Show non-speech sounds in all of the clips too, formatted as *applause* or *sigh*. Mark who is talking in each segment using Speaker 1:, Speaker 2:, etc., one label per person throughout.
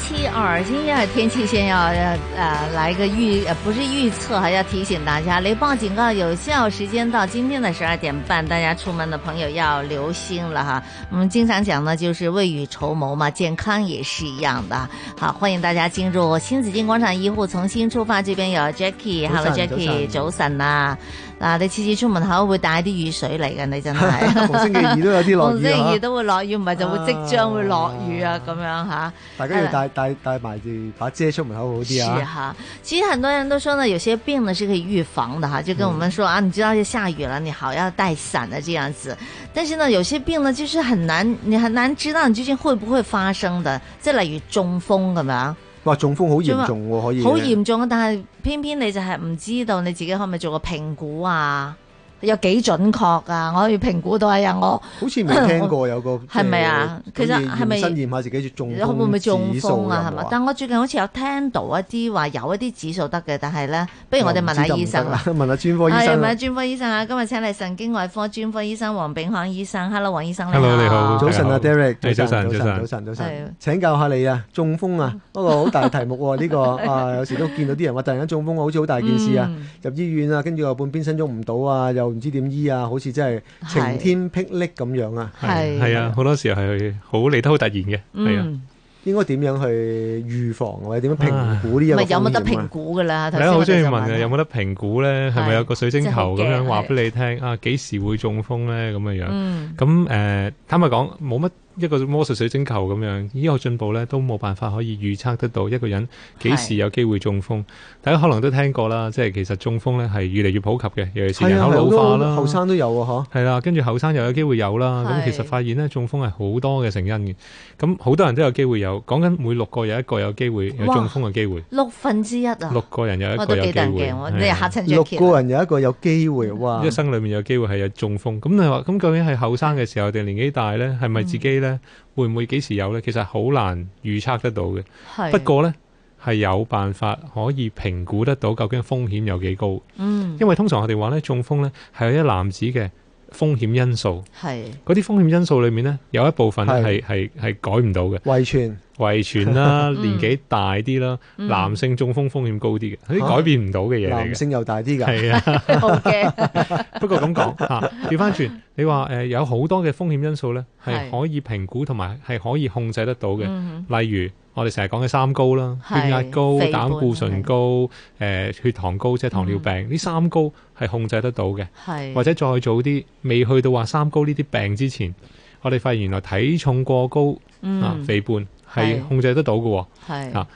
Speaker 1: 期二，今天天气先要呃呃来个预呃不是预测，还要提醒大家雷暴警告有效时间到今天的十二点半，大家出门的朋友要留心了哈。我们经常讲呢，就是未雨绸缪嘛，健康也是一样的。好，欢迎大家进入新紫金广场医护重新出發，这边有 Jackie，Hello
Speaker 2: 早晨
Speaker 1: Jackie，早晨啊！嗱，你次次出門口會帶啲雨水嚟嘅，你真
Speaker 2: *laughs*
Speaker 1: 係。
Speaker 2: 逢星期二都有啲落
Speaker 1: 逢
Speaker 2: 雨
Speaker 1: 星期
Speaker 2: 啊
Speaker 1: 二！都會落雨，唔係就會即將會落雨啊，咁樣嚇。
Speaker 2: 大家要帶帶帶埋住把遮出門口好
Speaker 1: 是
Speaker 2: 啲啊！
Speaker 1: 哈，其实很多人都说呢，有些病呢是可以预防的哈，
Speaker 2: 嗯
Speaker 1: 就跟我们说、啊，你知道要下雨了，你好要带伞的这样子。但是呢，有些病呢就是很难，你很難知道你究竟會不會發生的，即係例如中風咁樣。
Speaker 2: 哇，中風好嚴重喎，可以
Speaker 1: 好嚴重，啊但係偏偏你就係唔知道你自己可唔可以做個評估啊？有幾準確啊？我可以評估到哎呀，我
Speaker 2: 好似未聽過
Speaker 1: *laughs*
Speaker 2: 有個
Speaker 1: 係咪啊
Speaker 2: 即係
Speaker 1: 其實
Speaker 2: 可以
Speaker 1: 係咪
Speaker 2: 驗身驗下自己中
Speaker 1: 會唔會
Speaker 2: 風
Speaker 1: 中
Speaker 2: 指數
Speaker 1: 風啊？係
Speaker 2: 有冇
Speaker 1: 嘛？但我最近好似有聽到一啲話有一啲指數得嘅，但係咧，不如我哋問下
Speaker 2: 唔知得唔得
Speaker 1: 醫生啦。
Speaker 2: 啊， *laughs* 問下專科醫
Speaker 1: 係
Speaker 2: 生
Speaker 1: 咪
Speaker 2: 啊。
Speaker 1: 專科醫生啊？今日請嚟神經外科專科醫生黃炳康醫生。Hello，黃醫生
Speaker 3: Hello，你好
Speaker 2: 早晨啊
Speaker 3: 大家
Speaker 2: ，Derek，
Speaker 3: 係
Speaker 2: 早
Speaker 3: 早
Speaker 2: 晨，
Speaker 3: 晨
Speaker 2: 早
Speaker 3: 早
Speaker 2: 晨，
Speaker 3: 晨
Speaker 2: 早晨，
Speaker 1: 係
Speaker 2: 早
Speaker 1: 啊
Speaker 2: 晨。請
Speaker 1: *laughs*
Speaker 2: 教下你啊，中風啊，不過好大題目喎，呢個啊，有時都見到啲人話突然間中風，好似好大件事啊，
Speaker 1: 嗯
Speaker 2: 入醫院啊，跟住又半邊伸咗唔到啊，又唔知點醫啊，好似真係晴天霹靂咁樣啊！
Speaker 1: 係
Speaker 3: 係啊，好多時候係好嚟得好突然嘅，係啊，
Speaker 1: 嗯，
Speaker 2: 應該點樣去預防或者點樣評估呢一個
Speaker 1: 咪有冇得
Speaker 2: 風險啊
Speaker 1: 評估噶啦？頭
Speaker 3: 大
Speaker 1: 先
Speaker 3: 家啊好
Speaker 1: 我哋
Speaker 3: 中意
Speaker 1: 就
Speaker 3: 問
Speaker 1: 啦
Speaker 3: 嘅，有冇得評估咧？係咪有個水晶球咁
Speaker 1: 真係好
Speaker 3: 樣
Speaker 1: 驚
Speaker 3: 話俾你聽啊？幾時會中風咧？咁嘅樣。
Speaker 1: 嗯
Speaker 3: 咁誒，坦白講，冇乜一個魔術水晶球咁樣，醫學進步咧都冇辦法可以預測得到一個人幾時有機會中風。大家可能都聽過啦，即係其實中風咧係越嚟越普及嘅，尤其是
Speaker 2: 係
Speaker 3: 人
Speaker 2: 啊，
Speaker 3: 口
Speaker 2: 好
Speaker 3: 老化
Speaker 2: 多
Speaker 3: 啦。
Speaker 2: 後生都有啊，嗬。
Speaker 3: 係啦，跟住後生又有機會有啦。咁
Speaker 1: 係
Speaker 3: 其實發現咧，中風係好多嘅成因嘅。咁好多人都有機會有，講緊每六個有一個有機會有
Speaker 1: 哇
Speaker 3: 中風嘅機會，
Speaker 1: 六分之一啊，
Speaker 3: 六個人有一
Speaker 1: 我
Speaker 3: 個
Speaker 1: 都
Speaker 3: 有
Speaker 1: 幾
Speaker 3: 機
Speaker 1: 得
Speaker 3: 會。
Speaker 1: 人驚喎，你
Speaker 3: 係
Speaker 1: 又
Speaker 3: 啊
Speaker 1: 嚇親
Speaker 2: 六
Speaker 1: Jackie 啦
Speaker 2: 個人有一個有機會，哇！
Speaker 1: 啊
Speaker 3: 一生裏面有機會係有中風。咁你話咁究竟係後生嘅時候定年紀大呢？係咪自己呢？
Speaker 1: 嗯
Speaker 3: 會唔會幾時有呢？其實好難預測得到嘅。
Speaker 1: 係
Speaker 3: 不過呢，係有辦法可以評估得到究竟風險有幾高。
Speaker 1: 嗯
Speaker 3: 因為通常我哋話呢，中風呢係有一男子嘅風險因素。
Speaker 1: 係
Speaker 3: 嗰啲風險因素裏面呢，有一部分呢
Speaker 2: 係
Speaker 3: 係係係改唔到嘅，
Speaker 2: *laughs* 遺傳
Speaker 3: 遺傳啦、
Speaker 1: 嗯
Speaker 3: 年紀大啲啦、
Speaker 1: 嗯
Speaker 3: 男性中風風險高啲嘅，嗰
Speaker 2: 嚇
Speaker 3: 啲改變唔到嘅嘢嚟
Speaker 2: 男
Speaker 3: 嘅。
Speaker 2: 性又大啲㗎， *laughs*
Speaker 3: 係啊。
Speaker 1: 好
Speaker 3: *laughs*
Speaker 1: 嘅，
Speaker 3: 不過咁講嚇，調翻轉，你話誒、呃有好多嘅風險因素咧，
Speaker 1: 係
Speaker 3: 係可以評估同埋係可以控制得到嘅。
Speaker 1: 嗯
Speaker 3: 例如我哋成日講嘅三高啦，
Speaker 1: 係
Speaker 3: 血壓高、
Speaker 1: 肥胖
Speaker 3: 膽固醇高、誒、血糖高即係糖尿病，呢、三高係控制得到嘅。
Speaker 1: 係
Speaker 3: 或者再早啲，未去到話三高呢啲病之前，我哋發現原來體重過高啊、
Speaker 1: 嗯
Speaker 3: 肥胖
Speaker 1: 係
Speaker 3: 係控制得到嘅喎。
Speaker 1: 係
Speaker 3: 啊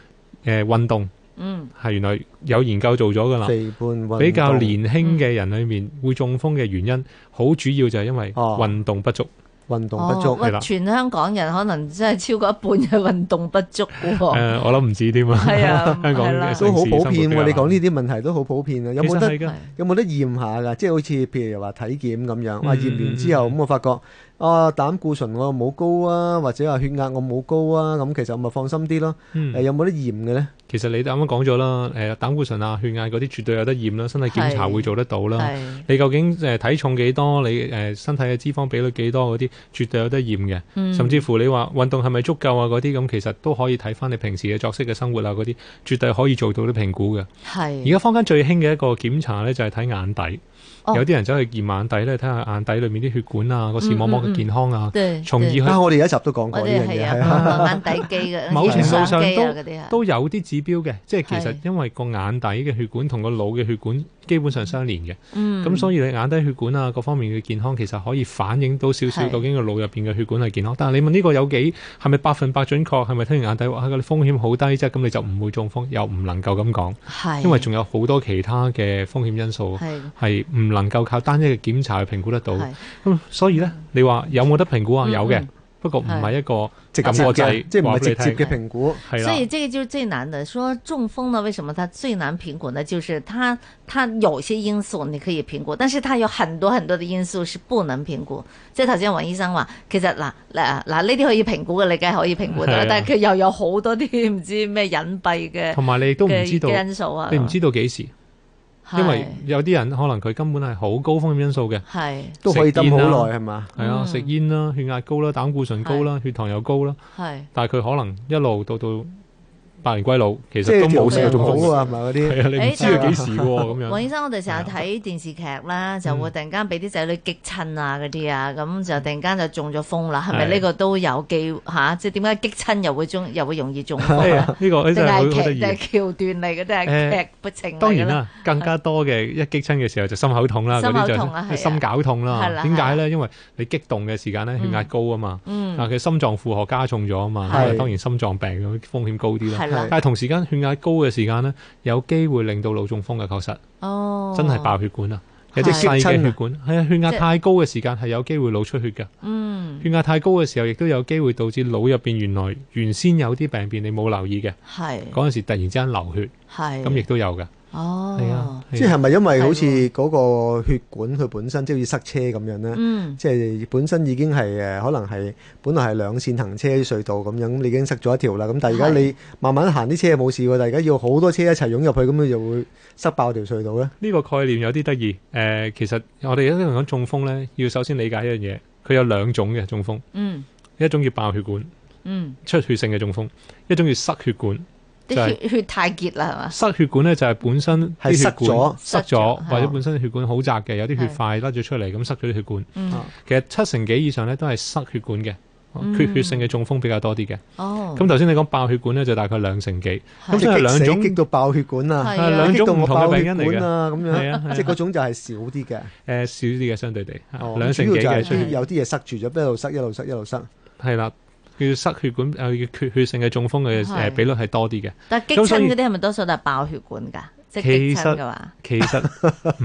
Speaker 3: 誒、運動
Speaker 1: 嗯
Speaker 3: 係原來有研究做咗㗎啦。
Speaker 2: 肥胖運動
Speaker 3: 比較年輕嘅人裏面
Speaker 1: 嗯
Speaker 3: 會中風嘅原因，好主要就係因為
Speaker 2: 哦
Speaker 3: 運動不足。
Speaker 2: 運動不
Speaker 1: 哦，
Speaker 2: 足，
Speaker 3: 係
Speaker 1: 喂，
Speaker 3: 啦
Speaker 1: 全香港人可能真係超過一半係運動不足嘅
Speaker 2: 哦
Speaker 3: 誒、
Speaker 1: 喎，
Speaker 3: 我諗唔止添啊，
Speaker 1: *laughs* 係啊，
Speaker 3: *laughs* 香港
Speaker 1: 係啦
Speaker 3: 嘅
Speaker 2: 都好普
Speaker 3: 城市
Speaker 2: 遍
Speaker 3: 生活比較
Speaker 2: 喎。
Speaker 3: 難
Speaker 2: 你講呢啲問題都好普遍啊，有冇得
Speaker 3: 其實係㗎
Speaker 2: 有冇得驗下㗎？即係好似譬如話體檢咁樣，話
Speaker 3: 嗯
Speaker 2: 驗完之後咁，我發覺啊膽固醇我冇高啊，或者話血壓我冇高啊，咁其實我咪放心啲咯。誒
Speaker 3: 嗯，
Speaker 2: 有冇得驗嘅咧？
Speaker 3: 其實你啱啱講咗啦，誒、膽固醇啊、血壓嗰啲絕對有得驗啦，身體檢查
Speaker 1: 係
Speaker 3: 會做得到啦。
Speaker 1: 係
Speaker 3: 你究竟誒、體重幾多？你誒、身體嘅脂肪比率幾多？嗰啲絕對有得驗嘅。
Speaker 1: 嗯
Speaker 3: 甚至乎你話運動係咪足夠啊？嗰啲咁其實都可以睇翻你平時嘅作息嘅生活啊，嗰啲絕對可以做到啲評估
Speaker 1: 嗯
Speaker 3: 嘅。而
Speaker 1: 係
Speaker 3: 家坊間最興嘅一個檢查咧，就係睇眼底。
Speaker 1: 哦
Speaker 3: 有啲人走去驗眼底咧，睇下眼底裏面啲血管啊、個視網膜嘅健康啊，
Speaker 1: 對
Speaker 3: 從而
Speaker 1: 對
Speaker 3: 去
Speaker 2: 啊，我哋有一集都講過
Speaker 1: 我
Speaker 2: 呢
Speaker 1: 哋
Speaker 2: 樣
Speaker 1: 係
Speaker 2: 嘢，係啊，
Speaker 1: 啊，眼底肌嘅，
Speaker 3: 某程度上
Speaker 1: 相機啊
Speaker 3: 都
Speaker 1: 嗰啲啊，
Speaker 3: 都有啲指標嘅，即係其
Speaker 1: 係
Speaker 3: 實因為個眼底嘅血管同個腦嘅血管基本上相連嘅，咁、
Speaker 1: 嗯
Speaker 3: 所以你眼底血管啊各方面嘅健康其實可以反映到少少
Speaker 1: 係
Speaker 3: 究竟個腦入邊嘅血管係健康。但係你問呢個有幾係咪百分百準確？係咪聽完眼底話啊個風險好低啫？咁你就唔會中風，又唔能夠咁講，
Speaker 1: 係
Speaker 3: 因為仲有好多其他嘅風險因素
Speaker 1: 係
Speaker 3: 係唔能夠靠單一嘅檢查去評估得到。
Speaker 1: 係
Speaker 3: 咁所以咧，你話有冇得評估啊？
Speaker 1: 嗯
Speaker 3: 有嘅
Speaker 1: 嗯。
Speaker 3: 不不過唔係一個
Speaker 2: 直接
Speaker 3: 撳個
Speaker 2: 嘅，
Speaker 3: 掣
Speaker 2: 即係唔
Speaker 3: 話
Speaker 2: 係
Speaker 3: 俾
Speaker 2: 直
Speaker 3: 你
Speaker 2: 接
Speaker 3: 聽啊
Speaker 2: 嘅評估。
Speaker 3: 係
Speaker 1: 所
Speaker 3: 啦
Speaker 1: 以。这个就是最难的。说中风呢，为什么它最难评估呢？就是它它有些因素你可以评估，但是它有很多很多的因素是不能评估。即係頭先黃醫生話，其實嗱嗱嗱呢啲可以評估嘅，你梗係可以評估得
Speaker 3: 係
Speaker 1: 啦
Speaker 3: *laughs* 啊，
Speaker 1: 但係佢又有好多啲唔知咩隱蔽嘅
Speaker 3: 同埋你都唔知道，
Speaker 1: 呃嘅因素啊，
Speaker 3: 你唔知道幾時，
Speaker 1: 係，
Speaker 3: 因為有啲人可能佢根本係好高風險因素嘅，
Speaker 1: 係
Speaker 2: 都可以等好
Speaker 3: 食煙啦
Speaker 2: 耐係嘛？
Speaker 3: 係啊，
Speaker 1: 嗯
Speaker 3: 食煙啦、血壓高啦、膽固醇高啦、血糖又高啦，
Speaker 1: 係
Speaker 3: 但係佢可能一路到到百年歸老，
Speaker 2: 即
Speaker 3: 其
Speaker 2: 係
Speaker 3: 實都冇
Speaker 2: 條
Speaker 3: 食
Speaker 2: 命
Speaker 3: 中
Speaker 2: 好
Speaker 3: 風。
Speaker 2: 啊，係咪嗰
Speaker 3: 係
Speaker 2: 啲？
Speaker 3: 啊，你唔
Speaker 1: 誒
Speaker 3: 知佢
Speaker 2: 但
Speaker 3: 幾時喎咁啊嗯
Speaker 1: 黃醫
Speaker 3: 樣。
Speaker 1: 生，我哋成日睇電視劇啦，就會突然間俾啲仔女激親啊嗰啲啊，咁就突然間就中咗風啦，係咪
Speaker 3: 嗯係
Speaker 1: 呢個都有機嚇、即係點解激親又會中，又會容易中風？
Speaker 3: 哎呀 *laughs* 呢個
Speaker 1: 定
Speaker 3: 真係好
Speaker 1: 係
Speaker 3: 好
Speaker 1: 劇
Speaker 3: 得意
Speaker 1: 定。係橋段嚟嘅，定係
Speaker 3: 誒
Speaker 1: 劇不情嚟嘅
Speaker 3: 當然
Speaker 1: 咧，
Speaker 3: 啦，更加多嘅一激親嘅時候就心口痛啦，
Speaker 1: 心
Speaker 3: 嗰
Speaker 1: 口
Speaker 3: 啲
Speaker 1: 痛啊係啊
Speaker 3: 就心絞痛
Speaker 1: 係啦
Speaker 3: 啦。點解咧？因為你激動嘅時間咧，血壓高啊嘛，
Speaker 1: 嗯，
Speaker 3: 啊佢心臟負荷加重咗啊嘛，
Speaker 2: 係
Speaker 3: 咁啊當然心臟病咁風險高啲
Speaker 1: 係啦
Speaker 3: 啦。
Speaker 2: 係，
Speaker 3: 但係同時間血壓高嘅時間咧，有機會令到腦中風嘅，確實
Speaker 1: 哦，
Speaker 3: 真係，爆血管啊！有
Speaker 1: 係
Speaker 3: 啲細
Speaker 2: 激親啊
Speaker 3: 嘅血管，係啊，血壓
Speaker 1: 即係
Speaker 3: 太高嘅時間係有機會腦出血㗎。
Speaker 1: 嗯，
Speaker 3: 血壓太高嘅時候，亦都有機會導致腦入邊原來原先有啲病變你冇留意嘅，
Speaker 1: 係
Speaker 3: 嗰陣時突然之間流血，
Speaker 1: 係，
Speaker 3: 咁亦都有㗎。
Speaker 1: 嗯哦，
Speaker 3: 係啊，
Speaker 2: 即
Speaker 3: 係啊
Speaker 2: 係咪因為好似
Speaker 1: 係
Speaker 2: 嗰個血管佢本身即係好似塞車咁樣咧？
Speaker 1: 嗯，
Speaker 2: 即係本身已經係誒，呃可能係本來係兩線行車隧道咁樣，你已經塞咗一條啦。咁但係而家
Speaker 1: 係
Speaker 2: 你慢慢行啲車冇事喎，但係而家要好多車一齊湧入去，咁佢就會塞爆條隧道咧。
Speaker 3: 呢個概念有啲得意。誒、其實我哋一路講中風呢，要首先理解一樣嘢，佢有兩種嘅中風，
Speaker 1: 嗯
Speaker 3: 一種叫爆血管
Speaker 1: 嗯，
Speaker 3: 出血性嘅中風，一種叫塞血管。就
Speaker 1: 啲
Speaker 3: 係
Speaker 1: 血血太結啦，係嘛？
Speaker 3: 塞血管呢，就係本身啲
Speaker 2: 係
Speaker 3: 血管
Speaker 1: 啊塞咗
Speaker 3: 塞
Speaker 1: 塞
Speaker 3: 咗，
Speaker 1: 咗
Speaker 3: 或者
Speaker 1: 係
Speaker 3: 本身血管好窄嘅，有啲血
Speaker 1: 係
Speaker 3: 塊甩咗出嚟，咁塞咗啲血管。
Speaker 1: 嗯，
Speaker 3: 其實七成幾以上呢，都係塞血管嘅，哦缺血性嘅中風比較多啲嘅。
Speaker 1: 哦，
Speaker 3: 咁頭先你講爆血管呢，就大概兩成幾。
Speaker 2: 即
Speaker 3: 咁所以
Speaker 2: 係
Speaker 3: 係
Speaker 2: 激
Speaker 3: 兩
Speaker 2: 死
Speaker 3: 種
Speaker 2: 激到爆血管啊，
Speaker 1: 係啊
Speaker 3: 係兩
Speaker 2: 激到
Speaker 3: 種唔
Speaker 2: 我
Speaker 3: 同嘅
Speaker 2: 爆
Speaker 3: 病
Speaker 2: 血
Speaker 3: 因嚟
Speaker 2: 管
Speaker 3: 嘅。
Speaker 2: 啊咁
Speaker 3: 係啊係
Speaker 2: 樣，
Speaker 3: 啊
Speaker 2: 即係嗰種就係少啲嘅。
Speaker 3: 誒呃少啲嘅相對地，
Speaker 2: 哦
Speaker 3: 兩成幾
Speaker 2: 主要就
Speaker 3: 嘅出
Speaker 2: 係
Speaker 3: 血
Speaker 2: 啲有啲嘢塞住咗，一路塞一路塞一路塞。
Speaker 3: 係啊啦，叫塞血管誒、呃缺血性嘅中風嘅
Speaker 1: 係
Speaker 3: 誒比率係多啲嘅。
Speaker 1: 但係激
Speaker 3: 咁所
Speaker 1: 親
Speaker 3: 以
Speaker 1: 嗰啲係咪多數都係爆血管㗎？即係激
Speaker 3: 其
Speaker 1: 親
Speaker 3: 實
Speaker 1: 嘅話，
Speaker 3: 其實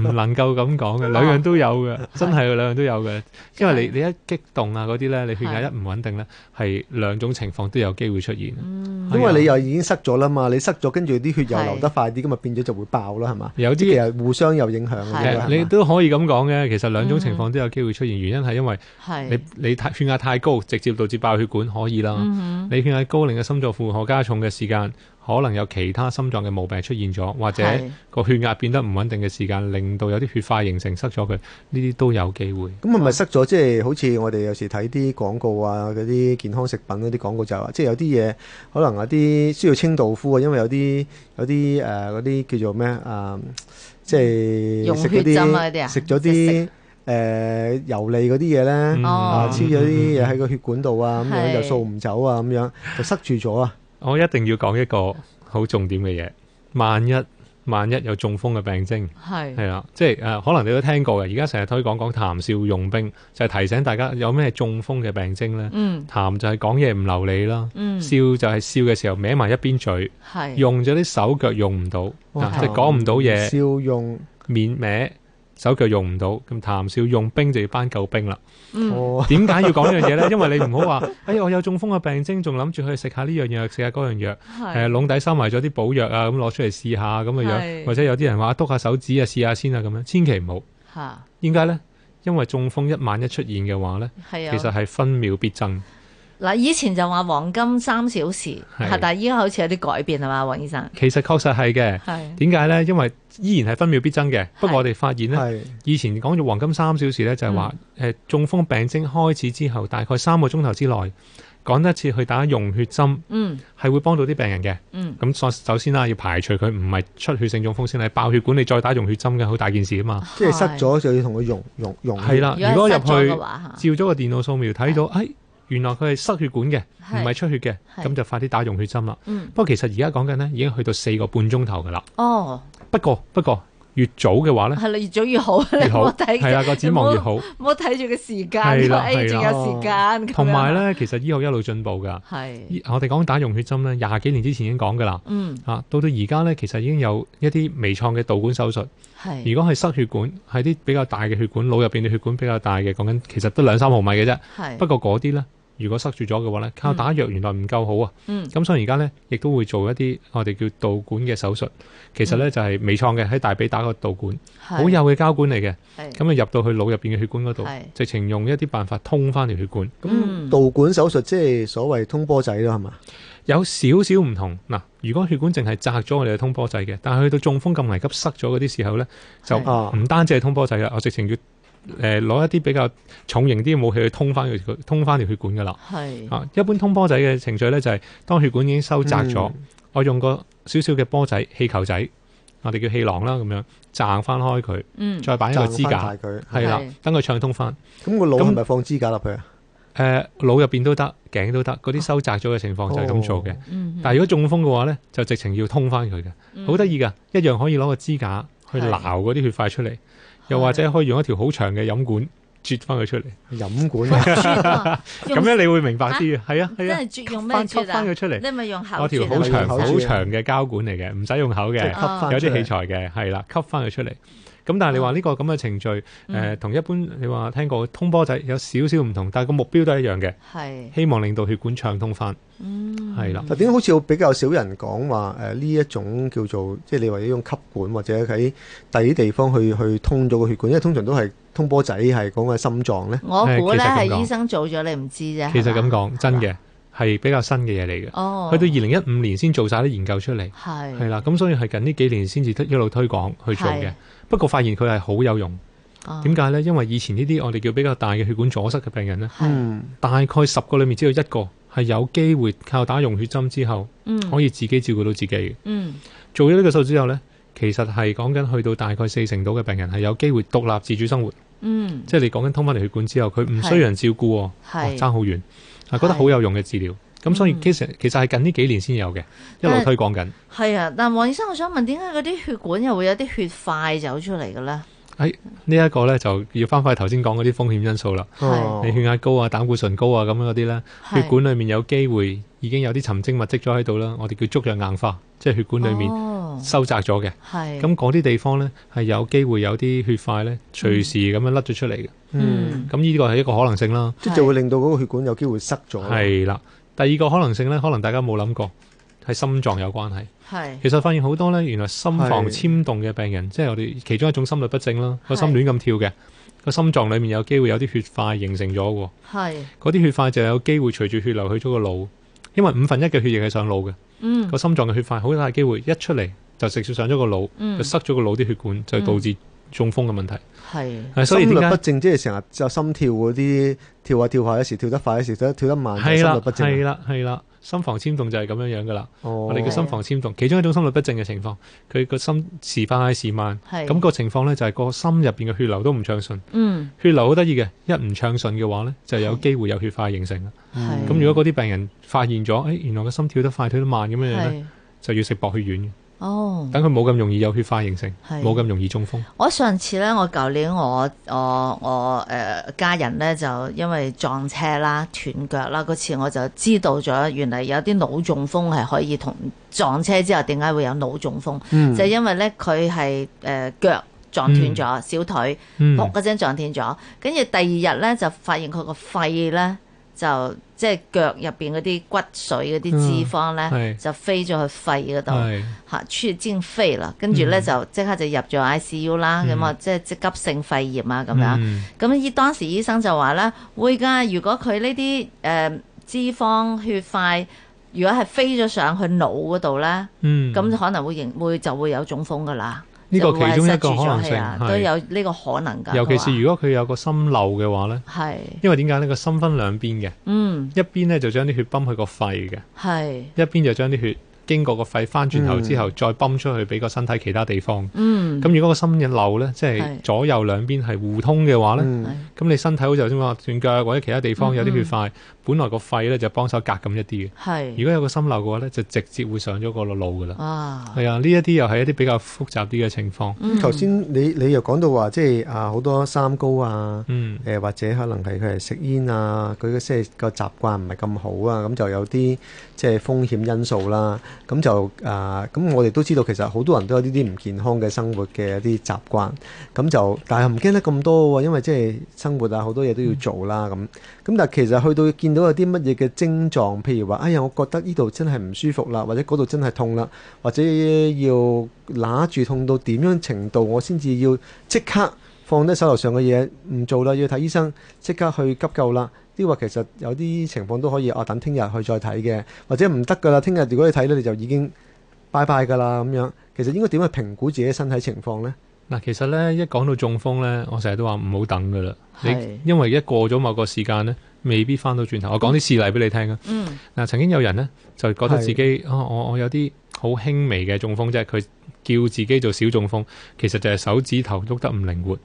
Speaker 3: *laughs* 唔能夠咁講嘅，兩樣都有嘅，真係兩樣都有嘅。因為你你一激動啊嗰啲咧，你血壓一唔穩定咧，係兩種情況都有機會出現。
Speaker 1: 嗯
Speaker 3: 係啊
Speaker 2: 因為你又已經塞咗啦嘛，你塞咗跟住啲血又流得快啲，咁咪變咗就會爆啦，係嘛？
Speaker 3: 有
Speaker 2: 即係其
Speaker 3: 啲
Speaker 2: 實互相有影響
Speaker 1: 係
Speaker 2: 嘅啫
Speaker 3: 誒
Speaker 2: 係
Speaker 3: 你
Speaker 2: 嘛。
Speaker 3: 都可以咁講嘅，其實兩種情況都有機會出現。原因係因為你
Speaker 1: 係，
Speaker 3: 你太血壓太高，直接導致爆血管可以啦。
Speaker 1: 嗯
Speaker 3: 你血壓高，令嘅心臟負荷加重嘅時間，可能有其他心臟嘅毛病出現咗，或
Speaker 1: 哼，
Speaker 3: 者
Speaker 1: 係
Speaker 3: 個血壓變得唔穩定嘅時間，令到有啲血塊形成塞咗佢，呢啲都有機會。
Speaker 2: 咁係咪塞咗？即係好似我哋有時睇啲廣告啊，嗰啲健康食品嗰啲廣告就係話，即係有啲嘢可能有啲需要清道夫啊，因為有啲有啲誒呃嗰啲叫做咩啊、即係
Speaker 1: 溶
Speaker 2: 食
Speaker 1: 血
Speaker 2: 嗰
Speaker 1: 針啊嗰啲啊
Speaker 2: 食咗
Speaker 1: 即係
Speaker 2: 啲誒油膩嗰啲嘢
Speaker 3: 嗯
Speaker 2: 咧，啊
Speaker 1: 哦
Speaker 2: 黐咗啲嘢喺個血管度啊，咁樣
Speaker 1: 係
Speaker 2: 又掃唔走啊，咁樣就塞住咗啊。
Speaker 3: 我一定要講一個好重點嘅嘢，萬一萬一有中風嘅病徵，
Speaker 1: 係
Speaker 3: 係啦，即係誒、呃可能你都聽過嘅，而家成日推廣講談笑用兵，就係、提醒大家有咩中風嘅病徵呢？
Speaker 1: 嗯
Speaker 3: 談就係講嘢唔流利啦，
Speaker 1: 嗯
Speaker 3: 笑就係笑嘅時候歪埋一邊嘴，
Speaker 1: 係
Speaker 3: 用咗啲手腳用唔到，
Speaker 2: 哇
Speaker 3: 啊即係講唔到嘢。
Speaker 2: 笑用
Speaker 3: 面歪，手腳用唔到，咁談笑用兵就要班救兵啦。
Speaker 1: 嗯
Speaker 2: 哦，
Speaker 3: 點解要講呢樣嘢呢？因為你唔好話，哎，我有中風嘅病徵，仲諗住去食下呢樣藥，食下嗰樣藥，誒，
Speaker 1: 係
Speaker 3: 籠底收埋咗啲補藥啊，咁攞出嚟試下咁嘅
Speaker 1: 係
Speaker 3: 樣，或者有啲人話篤下手指啊，試下先啊，咁樣，千祈唔好。
Speaker 1: 嚇
Speaker 3: 點解呢？因為中風一萬一出現嘅話呢，
Speaker 1: 係
Speaker 3: 其
Speaker 1: 啊，
Speaker 3: 實係分秒必爭。
Speaker 1: 嗱以前就話黃金三小時，
Speaker 3: 係
Speaker 1: 係但係依家好似有啲改變係嘛，黃醫生
Speaker 3: 其實確實係嘅。
Speaker 1: 係
Speaker 3: 點解呢？因為依然係分秒必爭嘅。不過我哋發現呢。
Speaker 2: 係
Speaker 3: 以前講咗黃金三小時咧，就係話
Speaker 1: 嗯
Speaker 3: 誒中風病徵開始之後，大概三個鐘頭之內趕一次去打溶血針，
Speaker 1: 嗯
Speaker 3: 係會幫到啲病人嘅。
Speaker 1: 嗯
Speaker 3: 咁所首先啦，要排除佢唔係出血性中風先，係爆血管你再打溶血針嘅，好大件事啊嘛。
Speaker 2: 即係塞咗就要同佢溶溶
Speaker 1: 哦
Speaker 2: 溶血。
Speaker 3: 係啦，如果入去
Speaker 1: 塞咗嘅
Speaker 3: 照
Speaker 1: 話嚇
Speaker 3: 咗個電腦掃描睇到，誒原來佢係塞血管嘅，唔
Speaker 1: 係
Speaker 3: 係出血嘅，
Speaker 1: 係
Speaker 3: 咁就快啲打溶血針啦。
Speaker 1: 嗯
Speaker 3: 不過其實而家講緊呢，已經去到四個半鐘頭㗎啦。
Speaker 1: 哦
Speaker 3: 不過不過越早嘅話呢，
Speaker 1: 係啦，越早越好， *laughs* 你
Speaker 3: 越好
Speaker 1: 冇睇
Speaker 3: 係啊啦，個展望越好。
Speaker 1: 冇睇住個時間，
Speaker 3: 係啦
Speaker 1: 哎仲
Speaker 3: 係啦
Speaker 1: 有時間咁啊樣
Speaker 3: 同埋咧，其實醫學一路進步㗎。
Speaker 1: 係
Speaker 3: 醫我哋講打溶血針咧，廿幾年之前已經講㗎啦。
Speaker 1: 嗯
Speaker 3: 啊，到到而家咧，其實已經有一啲微創嘅導管手術。
Speaker 1: 係
Speaker 3: 如果係塞血管，係啲比較大嘅血管，腦入邊嘅血管比較大嘅，講緊其實得兩三毫米嘅啫。
Speaker 1: 係
Speaker 3: 不過嗰啲咧如果塞住咗嘅話咧，靠打藥原來唔夠好啊。
Speaker 1: 嗯
Speaker 3: 咁所以而家咧，亦都會做一啲我哋叫導管嘅手術。其實咧就係微創嘅，喺大髀打個導管，好幼嘅膠管嚟嘅。
Speaker 1: 係
Speaker 3: 咁啊入到去腦入邊嘅血管嗰度
Speaker 1: 係，
Speaker 3: 直情用一啲辦法通翻條血管。
Speaker 1: 嗯
Speaker 2: 導管手術即係所謂通波仔啦，係嘛？
Speaker 3: 有少少唔同嗱，如果血管淨係窄咗我哋嘅通波掣嘅，但係去到中風咁危急塞咗嗰啲時候咧，就
Speaker 1: 係
Speaker 2: 啊，
Speaker 3: 唔單止係通波掣啦，我直情要誒攞、一啲比較重型啲嘅武器去通翻佢通翻條血管噶啦。
Speaker 2: 嗯
Speaker 1: 係
Speaker 3: 啊，一般通波仔嘅程序咧就係、當血管已經收窄咗，
Speaker 2: 嗯
Speaker 3: 我用個少少嘅波仔氣球仔，我哋叫氣囊啦咁樣，掙翻開佢，
Speaker 1: 嗯
Speaker 3: 再擺一個支
Speaker 2: 掙
Speaker 3: 架
Speaker 2: 翻，大佢。
Speaker 3: 係啦
Speaker 1: 係，
Speaker 3: 等佢暢通翻。
Speaker 2: 咁個腦
Speaker 3: 咁
Speaker 2: 係咪放支架落去啊？
Speaker 3: 誒、腦入邊都得，頸都得，
Speaker 2: 哦
Speaker 3: 嗰啲收窄咗嘅情況就係咁做嘅。
Speaker 1: 嗯
Speaker 3: 但係如果中風嘅話咧，就直情要通翻佢嘅，好得意噶，一樣可以攞個支架去
Speaker 1: 係
Speaker 3: 撈嗰啲血塊出嚟，又或者可以用一條好長嘅飲管啜翻佢出嚟，
Speaker 2: 飲管啊，
Speaker 1: *laughs*
Speaker 3: 咁樣你會明白啲嘅，係啊係啊，
Speaker 1: 即係用咩
Speaker 3: 翻吸
Speaker 1: 啜
Speaker 3: 翻佢
Speaker 1: 啊？
Speaker 3: 出嚟，
Speaker 1: 你咪用口
Speaker 3: 我條
Speaker 1: 啜
Speaker 3: 好
Speaker 1: 啊
Speaker 2: 係
Speaker 3: 長
Speaker 2: 口
Speaker 3: 好
Speaker 2: 啜
Speaker 3: 長嘅膠管嚟嘅，唔使用口
Speaker 2: 即係吸
Speaker 3: 嘅，
Speaker 2: 翻
Speaker 3: 有啲器
Speaker 2: 出嚟
Speaker 3: 材嘅，係啦，吸翻佢出嚟。咁但係你話呢個咁嘅程序，誒
Speaker 1: 嗯
Speaker 3: 同一般你話聽過通波仔有少少唔同，但係個目標都係一樣嘅，
Speaker 1: 係
Speaker 3: 希望令到血管暢通翻，
Speaker 1: 嗯
Speaker 3: 係啦。
Speaker 2: 但點解好似比較少人講話誒呢一種叫做即係你話呢種吸管或者喺第啲地方去去通咗個血管，因為通常都係通波仔係講嘅心臟咧。
Speaker 1: 我估咧
Speaker 3: 誒其實咁
Speaker 1: 係
Speaker 3: 講
Speaker 1: 醫生做咗，你唔知啫。
Speaker 3: 其實
Speaker 1: 係
Speaker 3: 咁
Speaker 1: 嘛
Speaker 3: 講真嘅係比較新嘅嘢嚟嘅。
Speaker 1: 哦，
Speaker 3: 去到二零一五年先做晒啲研究出嚟，
Speaker 1: 係
Speaker 3: 係啦，咁所以係近呢幾年先至一路推廣去做嘅
Speaker 1: 係。
Speaker 3: 不過發現佢係好有用，
Speaker 1: 哦
Speaker 3: 點解呢？因為以前呢啲我哋叫比較大嘅血管阻塞嘅病人呢，
Speaker 1: 係
Speaker 2: 嗯，
Speaker 3: 大概十個裡面只有一個係有機會靠打溶血針之後
Speaker 1: 嗯
Speaker 3: 可以自己照顧到自己嘅。
Speaker 1: 嗯
Speaker 3: 做咗呢個數之後呢，其實係講緊去到大概四成度嘅病人係有機會獨立自主生活，
Speaker 1: 嗯
Speaker 3: 即係你講緊通翻條血管之後，佢唔需要人照顧喎，哇
Speaker 1: 係
Speaker 3: 爭好遠，啊覺得好有用嘅治療。咁所以
Speaker 1: 嗯
Speaker 3: 其實其實係近呢幾年先有嘅，一路
Speaker 1: 但係
Speaker 3: 推廣緊。
Speaker 1: 係啊！但黃醫生，我想問點解嗰啲血管又會有啲血塊走出嚟嘅咧？
Speaker 3: 呢一個咧就要翻返去頭先講嗰啲風險因素啦。
Speaker 2: 哦
Speaker 3: 你血壓高啊、膽固醇高啊咁樣嗰啲咧，血管裡面有機會已經有啲沉積物積咗喺度啦，我哋叫粥樣硬化，即係血管裡面
Speaker 1: 面
Speaker 3: 收窄咗嘅。
Speaker 1: 哦係
Speaker 3: 咁嗰啲地方咧係有機會有啲血塊咧隨時咁樣甩咗出嚟嘅。
Speaker 2: 嗯，
Speaker 1: 嗯
Speaker 3: 咁呢個係一個可能性啦。
Speaker 2: 即係就會令到嗰個血管有機會塞咗。
Speaker 3: 係啦，第二個可能性咧，可能大家冇諗過。係心臟有關係，
Speaker 1: 係
Speaker 3: 其實發現好多咧，原來心房
Speaker 2: 係
Speaker 3: 纖動嘅病人，即係我哋其中一種心律不正啦，個
Speaker 1: 係
Speaker 3: 心亂咁跳嘅，個心臟裡面有機會有啲血塊形成咗喎。
Speaker 1: 係
Speaker 3: 嗰啲血塊就有機會隨住血流去咗個腦，因為五分一嘅血液係上腦嘅，
Speaker 1: 嗯
Speaker 3: 個心臟嘅血塊好大機會一出嚟就直接上咗個腦，
Speaker 1: 嗯
Speaker 3: 就塞咗個腦啲血管，就導致中風嘅問題。
Speaker 1: 係
Speaker 3: 係所
Speaker 2: 嗯
Speaker 3: 以
Speaker 2: 心
Speaker 3: 點
Speaker 2: 律不
Speaker 3: 解
Speaker 2: 正即係成日就心跳嗰啲跳下跳下，有時跳得快，有時跳得跳得慢，就係
Speaker 3: 係
Speaker 2: 心
Speaker 3: 啦
Speaker 2: 律不正。啊哦
Speaker 3: 係啦係啦，心房纖動就係咁樣樣噶啦。
Speaker 2: 我
Speaker 3: 我哋
Speaker 1: 嘅
Speaker 3: 叫心房纖動，其中一種心律不正嘅情況，佢個心時快時慢，
Speaker 1: 係
Speaker 3: 咁個情況呢，就係個心入邊嘅血流都唔暢順，
Speaker 1: 嗯
Speaker 3: 血流好得意嘅，一唔暢順嘅話呢，就有機會有血塊形成啦。
Speaker 1: 係
Speaker 3: 嗯咁如果嗰啲病人發現咗，誒、哎原來個心跳得快，跳得慢咁樣樣呢，
Speaker 1: 係
Speaker 3: 就要食薄血丸嘅。
Speaker 1: 哦。
Speaker 3: 等佢冇咁容易有血塊形成，
Speaker 1: 係哦
Speaker 3: 冇咁容易中風。
Speaker 1: 我上次咧，我舊年我我我誒、呃家人咧就因為撞車啦、斷腳啦，嗰次我就知道咗原來有啲腦中風係可以同撞車之後點解會有腦中風，
Speaker 2: 嗯
Speaker 1: 就係因為咧佢係誒腳撞斷咗、小腿，
Speaker 3: 嗯
Speaker 1: 噗嗰聲撞斷咗，跟住第二日咧就發現佢個肺咧就即係腳入邊嗰啲骨髓嗰啲脂肪咧、
Speaker 3: 嗯係
Speaker 1: 就飛咗去肺嗰度。
Speaker 3: 係
Speaker 1: 嚇出經肺啦，跟住咧
Speaker 3: 嗯
Speaker 1: 就即刻就入咗 ICU 啦，咁啊即係即急性肺炎啊咁樣。
Speaker 3: 嗯
Speaker 1: 咁醫當時醫生就話咧，會㗎，如果佢呢啲誒脂肪血塊，如果係飛咗上去腦嗰度咧，
Speaker 3: 嗯，
Speaker 1: 咁可能會形會就會有中風㗎啦。
Speaker 3: 呢個
Speaker 1: 就會係
Speaker 3: 其中一
Speaker 1: 塞住
Speaker 3: 個可能
Speaker 1: 咗氣啊
Speaker 3: 性係
Speaker 1: 都有呢個可能㗎。
Speaker 3: 尤其是
Speaker 1: 佢
Speaker 3: 如果佢有個心漏嘅話咧，
Speaker 1: 話係
Speaker 3: 因為點解呢？個心分兩邊嘅，
Speaker 1: 嗯
Speaker 3: 一邊咧就將啲血泵去個肺嘅，
Speaker 1: 係
Speaker 3: 一邊就將啲血經過個肺翻轉頭
Speaker 2: 嗯
Speaker 3: 之後，再泵出去俾個身體其他地方。
Speaker 1: 嗯
Speaker 3: 咁如果個心嘅漏咧，即係
Speaker 1: 係
Speaker 3: 左右兩邊係互通嘅話咧，
Speaker 2: 嗯
Speaker 1: 係
Speaker 3: 咁你身體好似頭先話斷腳或者其他地方有啲
Speaker 1: 嗯
Speaker 3: 血塊，本來個肺咧就幫手隔咁一啲嘅。如
Speaker 1: 係
Speaker 3: 果有個心漏嘅話咧，就直接會上咗個腦噶啦。
Speaker 1: 啊，
Speaker 3: 係啊，呢一啲又係一啲比較複雜啲嘅情況。
Speaker 1: 嗯
Speaker 2: 頭先你你又講到話，即係啊好多三高啊。
Speaker 3: 嗯
Speaker 2: 誒、或者可能係佢係食煙啊，佢嘅即係個習慣唔係咁好啊，咁就有啲即係風險因素啦。咁就啊，咁、我哋都知道其實好多人都有呢啲唔健康嘅生活嘅一啲習慣，咁就但係唔驚得咁多喎，因為即係生活啊好多嘢都要做啦咁。咁但係其實去到見見到有啲乜嘢嘅症狀，譬如話，哎呀，我覺得呢度真係唔舒服啦，或者嗰度真係痛啦，或者要揦住痛到點樣程度，我先至要即刻放低手頭上嘅嘢唔做啦，要睇醫生，即刻去急救啦。呢話其實有啲情況都可以啊，等聽日去再睇嘅，或者唔得噶啦，聽日如果你睇咧，你就已經拜拜噶啦咁樣。其實應該點去評估自己身體情況呢？
Speaker 3: 嗱，其實咧一講到中風咧，我成日都話唔好等噶啦。
Speaker 1: 係
Speaker 3: 你因為一過咗某個時間咧，未必翻到轉頭。我講啲事例俾你聽啊。
Speaker 1: 嗯，
Speaker 3: 嗱，曾經有人咧就覺得
Speaker 2: 係
Speaker 3: 自己啊，我我有啲好輕微嘅中風啫，佢叫自己做小中風，其實就係手指頭喐得唔靈活。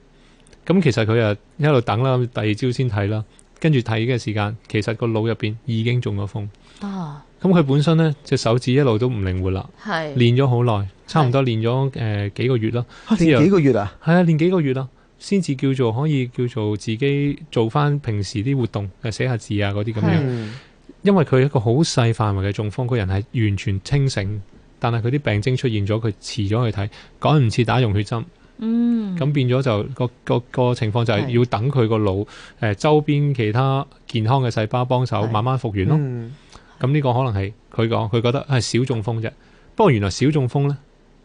Speaker 3: 咁其實佢啊一路等啦，第二朝先睇啦，跟住睇嘅時間，其實個腦入邊已經中咗風。
Speaker 1: 啊，
Speaker 3: 咁佢本身咧隻手指一路都唔靈活啦，
Speaker 1: 係
Speaker 3: 練咗好耐，差唔多練咗誒幾個月啦。
Speaker 2: 嚇
Speaker 3: 知啊
Speaker 2: 練幾個月啊？
Speaker 3: 係啊，練幾個月啦，先至叫做可以叫做自己做翻平時啲活動，誒寫下字啊嗰啲咁
Speaker 1: 係
Speaker 3: 樣。
Speaker 2: 嗯，
Speaker 3: 因為佢一個好細範圍嘅中風，個人係完全清醒，但係佢啲病徵出現咗，佢遲咗去睇，趕唔切打溶血針，咁、
Speaker 1: 嗯，
Speaker 3: 變咗就個個個情況就係
Speaker 1: 係
Speaker 3: 要等佢個腦誒、呃周邊其他健康嘅細胞幫手
Speaker 1: 係
Speaker 3: 慢慢復原咯。
Speaker 2: 嗯
Speaker 3: 咁呢個可能係佢講，佢覺得係小中風啫。不過原來小中風呢，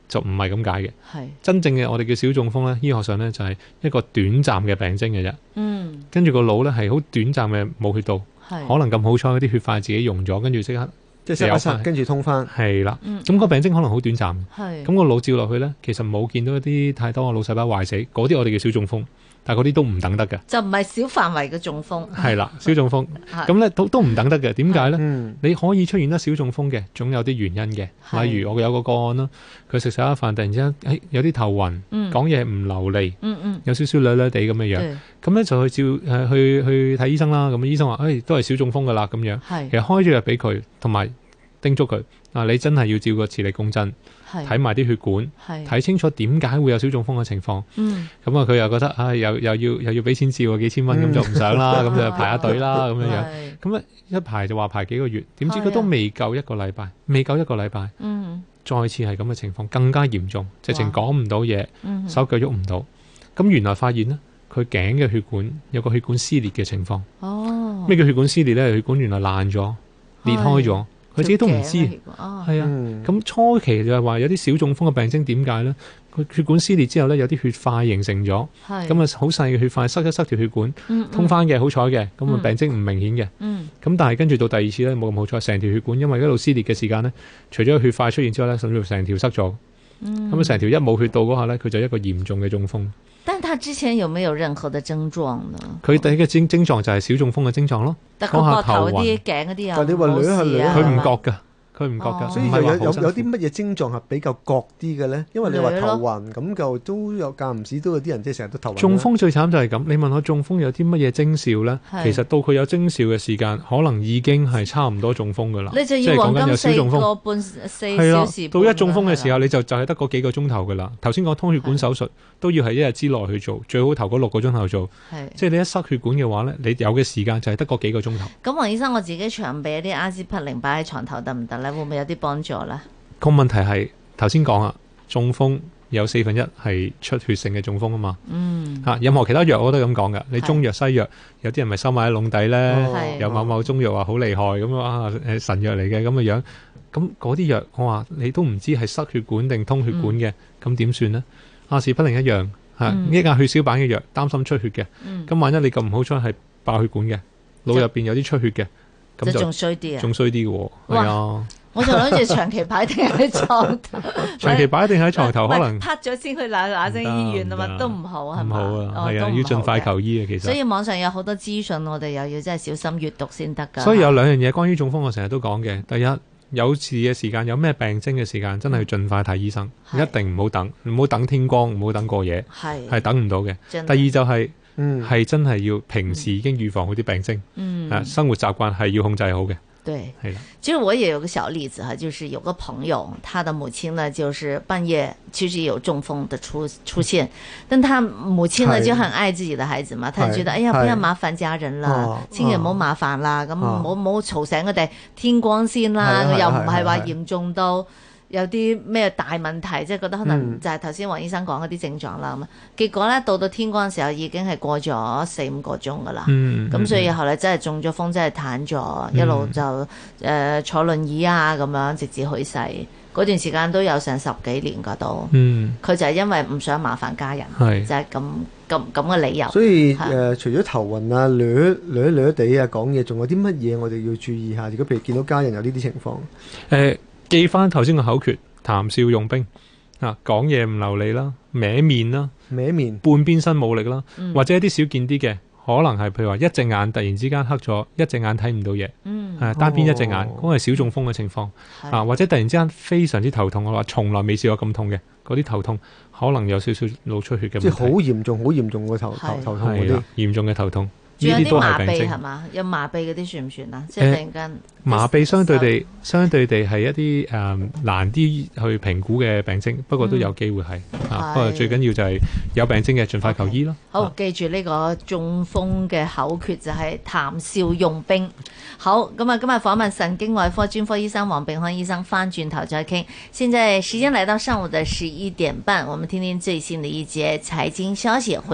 Speaker 3: 就唔係咁解嘅，
Speaker 1: 係
Speaker 3: 真正嘅我哋叫小中風呢，醫學上呢，就係、一個短暫嘅病徵嘅啫，
Speaker 1: 嗯
Speaker 3: 跟住個腦呢，係好短暫嘅冇血到，
Speaker 1: 係
Speaker 3: 可能咁好彩嗰啲血塊自己溶咗，跟住即刻
Speaker 2: 即係塞一塞，
Speaker 3: 有
Speaker 2: 跟住通翻。
Speaker 3: 係啦。
Speaker 1: 嗯
Speaker 3: 咁個病徵可能好短暫，
Speaker 1: 係
Speaker 3: 咁個腦照落去呢，其實冇見到一啲太多嘅腦細胞壞死，嗰啲我哋叫小中風，但係嗰啲都唔
Speaker 1: *laughs*
Speaker 3: 等得嘅，
Speaker 1: 就唔係小範圍嘅中風，
Speaker 3: 係啦，小中風，
Speaker 1: 係
Speaker 3: 咁呢都都唔等得嘅，點解呢？
Speaker 2: 嗯，
Speaker 3: 你可以出現得小中風嘅，總有啲原因
Speaker 1: 係
Speaker 3: 嘅，例如我有個個案啦，佢食食下飯，突然之間，誒有啲頭暈，
Speaker 1: 嗯
Speaker 3: 講啊嘢唔流利，
Speaker 1: 嗯嗯，
Speaker 3: 有少少攣攣地咁嘅樣，
Speaker 1: 對，
Speaker 3: 咁呢就去照誒去去睇醫生啦，咁醫生話，誒哎都係小中風噶啦咁樣，其
Speaker 1: 係
Speaker 3: 實開咗藥俾佢，同埋叮囑佢，啊你真係要照個磁力共振，
Speaker 1: 係
Speaker 3: 睇埋啲血管。
Speaker 1: 係
Speaker 3: 睇清楚點解會有小中風嘅情況，
Speaker 1: 嗯
Speaker 3: 咁啊佢又覺得唉、又又要又要俾錢照喎啊幾千蚊，
Speaker 2: 嗯
Speaker 3: 咁就唔想啦，
Speaker 1: *laughs*
Speaker 3: 咁
Speaker 1: 啊
Speaker 3: 就排下隊啦咁樣樣，
Speaker 1: 係
Speaker 3: 咁啊一排就話排幾個月，點知
Speaker 1: 係啊
Speaker 3: 佢都未夠一個禮拜，未夠一個禮拜，
Speaker 1: 嗯
Speaker 3: 再次係咁嘅情況，更加嚴重，直情
Speaker 1: 哇
Speaker 3: 講唔到嘢，
Speaker 1: 嗯
Speaker 3: 手腳喐唔到，咁原來發現呢，佢頸嘅血管有個血管撕裂嘅情況，
Speaker 1: 哦
Speaker 3: 咩叫血管撕裂呢？血管原來爛咗，裂開咗，佢自己都唔
Speaker 1: 條
Speaker 3: 知，
Speaker 1: 頸啊
Speaker 3: 係啊。
Speaker 2: 嗯
Speaker 3: 咁初期就係話有啲小中風嘅病徵點解呢？佢血管撕裂之後呢，有啲血塊形成咗，
Speaker 1: 係
Speaker 3: 咁啊好細嘅血塊塞一塞條血管，
Speaker 1: 嗯嗯
Speaker 3: 通翻嘅好彩嘅，咁啊
Speaker 1: 嗯
Speaker 3: 病徵唔明顯嘅。
Speaker 1: 嗯
Speaker 3: 咁但係跟住到第二次呢，冇咁好彩，成條血管因為一路撕裂嘅時間呢，除咗血塊出現之後呢，甚至乎成條塞咗，
Speaker 1: 嗯
Speaker 3: 咁啊成條一冇血到嗰下呢，佢就一個嚴重嘅中風。
Speaker 1: 但他之前有沒有任何的症狀呢？
Speaker 3: 佢第一嘅症症狀就係小中風嘅症狀咯，
Speaker 1: 但佢
Speaker 3: 講下
Speaker 1: 膊頭
Speaker 3: 頭
Speaker 1: 啲
Speaker 3: 暈
Speaker 1: 頸嗰啲啊，
Speaker 2: 但你話捋下捋下
Speaker 3: 佢唔
Speaker 2: 係嘛
Speaker 3: 覺㗎，佢唔覺㗎，
Speaker 1: 哦
Speaker 2: 所以
Speaker 3: 唔
Speaker 2: 就
Speaker 3: 係
Speaker 2: 有
Speaker 3: 話
Speaker 2: 有
Speaker 3: 好辛苦
Speaker 2: 有啲乜嘢症狀係比較覺啲嘅咧？因為你話
Speaker 1: 女
Speaker 2: 頭
Speaker 1: 咯
Speaker 2: 暈，咁就都有間唔時都有啲人即係成日都頭暈啦。
Speaker 3: 中風最慘就係咁，你問我中風有啲乜嘢徵兆呢？
Speaker 1: 係
Speaker 3: 其實到佢有徵兆嘅時間，可能已經係差唔多中風噶啦。
Speaker 1: 你就
Speaker 3: 即係
Speaker 1: 要
Speaker 3: 講
Speaker 1: 黃
Speaker 3: 緊有
Speaker 1: 金
Speaker 3: 小
Speaker 1: 四
Speaker 3: 中風，
Speaker 1: 個半四
Speaker 3: 係
Speaker 1: 小
Speaker 3: 啦
Speaker 1: 時。
Speaker 3: 到一中風嘅時候，，你就就係得嗰幾個鐘頭噶啦。頭先講通血管手術都要係一日之內去做，最好頭嗰六個鐘頭做。
Speaker 1: 係
Speaker 3: 即係你一塞血管嘅話呢，你有嘅時間就係得嗰幾個鐘頭。
Speaker 1: 咁，黃醫生我自己長備啲阿司匹靈擺喺床頭得唔得咧？會唔會有啲幫助咧？
Speaker 3: 個問題係頭先講啊，中風有四分一係出血性嘅中風啊嘛。
Speaker 1: 嗯，
Speaker 3: 嚇，任何其他藥我都係咁講㗎。你
Speaker 1: 係
Speaker 3: 中藥西藥，有啲人咪收埋喺籠底呢。
Speaker 2: 哦
Speaker 1: 係
Speaker 3: 有某某中藥話好厲害咁啊，誒神藥嚟嘅咁嘅樣，咁嗰啲藥我話你都唔知係塞血管定通血管嘅，咁點算呢？啊阿士匹靈一樣嚇，
Speaker 1: 嗯
Speaker 3: 呢架血小板嘅藥，擔心出血嘅，
Speaker 1: 嗯，
Speaker 3: 咁萬一你咁唔好彩係爆血管嘅，腦入邊有啲出血嘅，咁
Speaker 1: 就
Speaker 3: 就
Speaker 1: 仲衰啲啊！
Speaker 3: 仲衰啲嘅喎，係啊，
Speaker 1: 我就諗住長期擺定喺床頭，
Speaker 3: 長期擺定喺 *laughs* 床頭可
Speaker 1: *laughs* 喂
Speaker 3: 能
Speaker 1: 拍咗先去嗱嗱聲醫院啊
Speaker 3: 唔得
Speaker 1: 嘛，
Speaker 3: 唔得
Speaker 1: 都唔好係
Speaker 3: 唔
Speaker 1: 嘛？
Speaker 3: 好啊，
Speaker 1: 哦
Speaker 3: 係
Speaker 1: 都
Speaker 3: 啊，
Speaker 1: 唔
Speaker 3: 要盡
Speaker 1: 好
Speaker 3: 快
Speaker 1: 嘅
Speaker 3: 求醫啊，其實
Speaker 1: 所。以網上有好多資訊，我哋又要真係小心閱讀先得㗎。
Speaker 3: 所以有兩樣嘢關於中風，我成日都講嘅。第一，有事嘅時間，有咩病徵嘅時間，真係要盡快睇醫生，
Speaker 1: 係
Speaker 3: 一定唔好等，唔好等天光，唔好等過夜，
Speaker 1: 係
Speaker 3: 係等唔到嘅。
Speaker 1: 嗯真
Speaker 3: 第二就係、
Speaker 2: 嗯
Speaker 3: 係真係要平時已經預防好啲病徵，
Speaker 1: 嗯
Speaker 3: 啊，生活習慣係要控制好嘅，
Speaker 1: 對。
Speaker 3: 係啦。
Speaker 1: 其实我也有个小例子哈，就是有个朋友，他的母亲呢，就是半夜其实有中风的出出
Speaker 2: 嗯
Speaker 1: 现，但他母亲呢
Speaker 2: 是
Speaker 1: 就很爱自己的孩子嘛，他就觉得
Speaker 2: 是
Speaker 1: 哎呀
Speaker 2: 是
Speaker 1: 不要麻煩家人啦
Speaker 2: 哦，
Speaker 1: 千祈唔好
Speaker 2: 哦
Speaker 1: 麻煩啦，咁唔
Speaker 2: 哦
Speaker 1: 好唔好嘈醒佢哋，天光先
Speaker 2: 是
Speaker 1: 啦，
Speaker 2: 啊
Speaker 1: 佢
Speaker 2: 是啊
Speaker 1: 又唔係話
Speaker 2: 是啊是啊
Speaker 1: 嚴重到。有啲咩大問題，即係覺得可
Speaker 2: 嗯
Speaker 1: 能就係頭先黃醫生講嗰啲症狀啦咁啊。結果咧到到天光嘅時候已經係過咗四五個鐘噶啦。
Speaker 3: 嗯，
Speaker 1: 啊咁所以後嚟真係中咗風，真係攤咗，一路就誒、呃坐輪椅啊咁樣，直至去世。嗰段時間都有成十幾年噶都，
Speaker 3: 嗯
Speaker 1: 佢就係因為唔想麻煩家人，
Speaker 3: 係
Speaker 1: 就係咁咁咁嘅理由。
Speaker 2: 所以誒、
Speaker 1: 係
Speaker 2: 呃除咗頭暈啊、攣攣攣地啊、講嘢，仲有啲乜嘢我哋要注意下？如果譬如見到家人有呢啲情況，
Speaker 3: 誒記翻頭先個口訣，談笑用兵啊，講嘢唔流利啦，歪面啦，
Speaker 2: 歪面
Speaker 3: 半邊身冇力啦，
Speaker 1: 嗯
Speaker 3: 或者一啲少見啲嘅，可能係譬如話一隻眼突然之間黑咗，一隻眼睇唔到嘢，
Speaker 1: 嗯，
Speaker 3: 誒單啊邊一隻眼，
Speaker 2: 哦
Speaker 3: 嗰個係小中風嘅情況
Speaker 1: 係
Speaker 3: 啊，或者突然之間非常之頭痛，我話從來未試過咁痛嘅，嗰啲頭痛可能有少少腦出血嘅
Speaker 2: 即係好
Speaker 3: 問題，
Speaker 2: 嚴重、好嚴重個頭頭
Speaker 1: 係
Speaker 2: 頭痛嗰
Speaker 3: 係啊
Speaker 2: 啲
Speaker 3: 啦。，嚴重嘅頭痛，
Speaker 1: 仲有
Speaker 3: 呢啲
Speaker 1: 啲
Speaker 3: 都
Speaker 1: 麻
Speaker 3: 係
Speaker 1: 痹
Speaker 3: 病
Speaker 1: 係
Speaker 3: 徵。呃
Speaker 1: 嘛？有麻痹嗰啲算唔算啊？即係突然間
Speaker 3: 麻痹相對地，相對地係一啲誒、嗯難啲去評估嘅病徵，不過都有機會係、
Speaker 1: 嗯係
Speaker 3: 啊。不過最緊要就係有病徵嘅，盡快求醫啦。
Speaker 1: 好
Speaker 3: 啊，
Speaker 1: 記住呢個中風嘅口訣就係談笑用兵。好，咁啊，今日訪問神經外科專科醫生黃炳康醫生，翻轉頭再傾。現在時間來到上午的十一點半，我們聽聽最新的一節財經消息。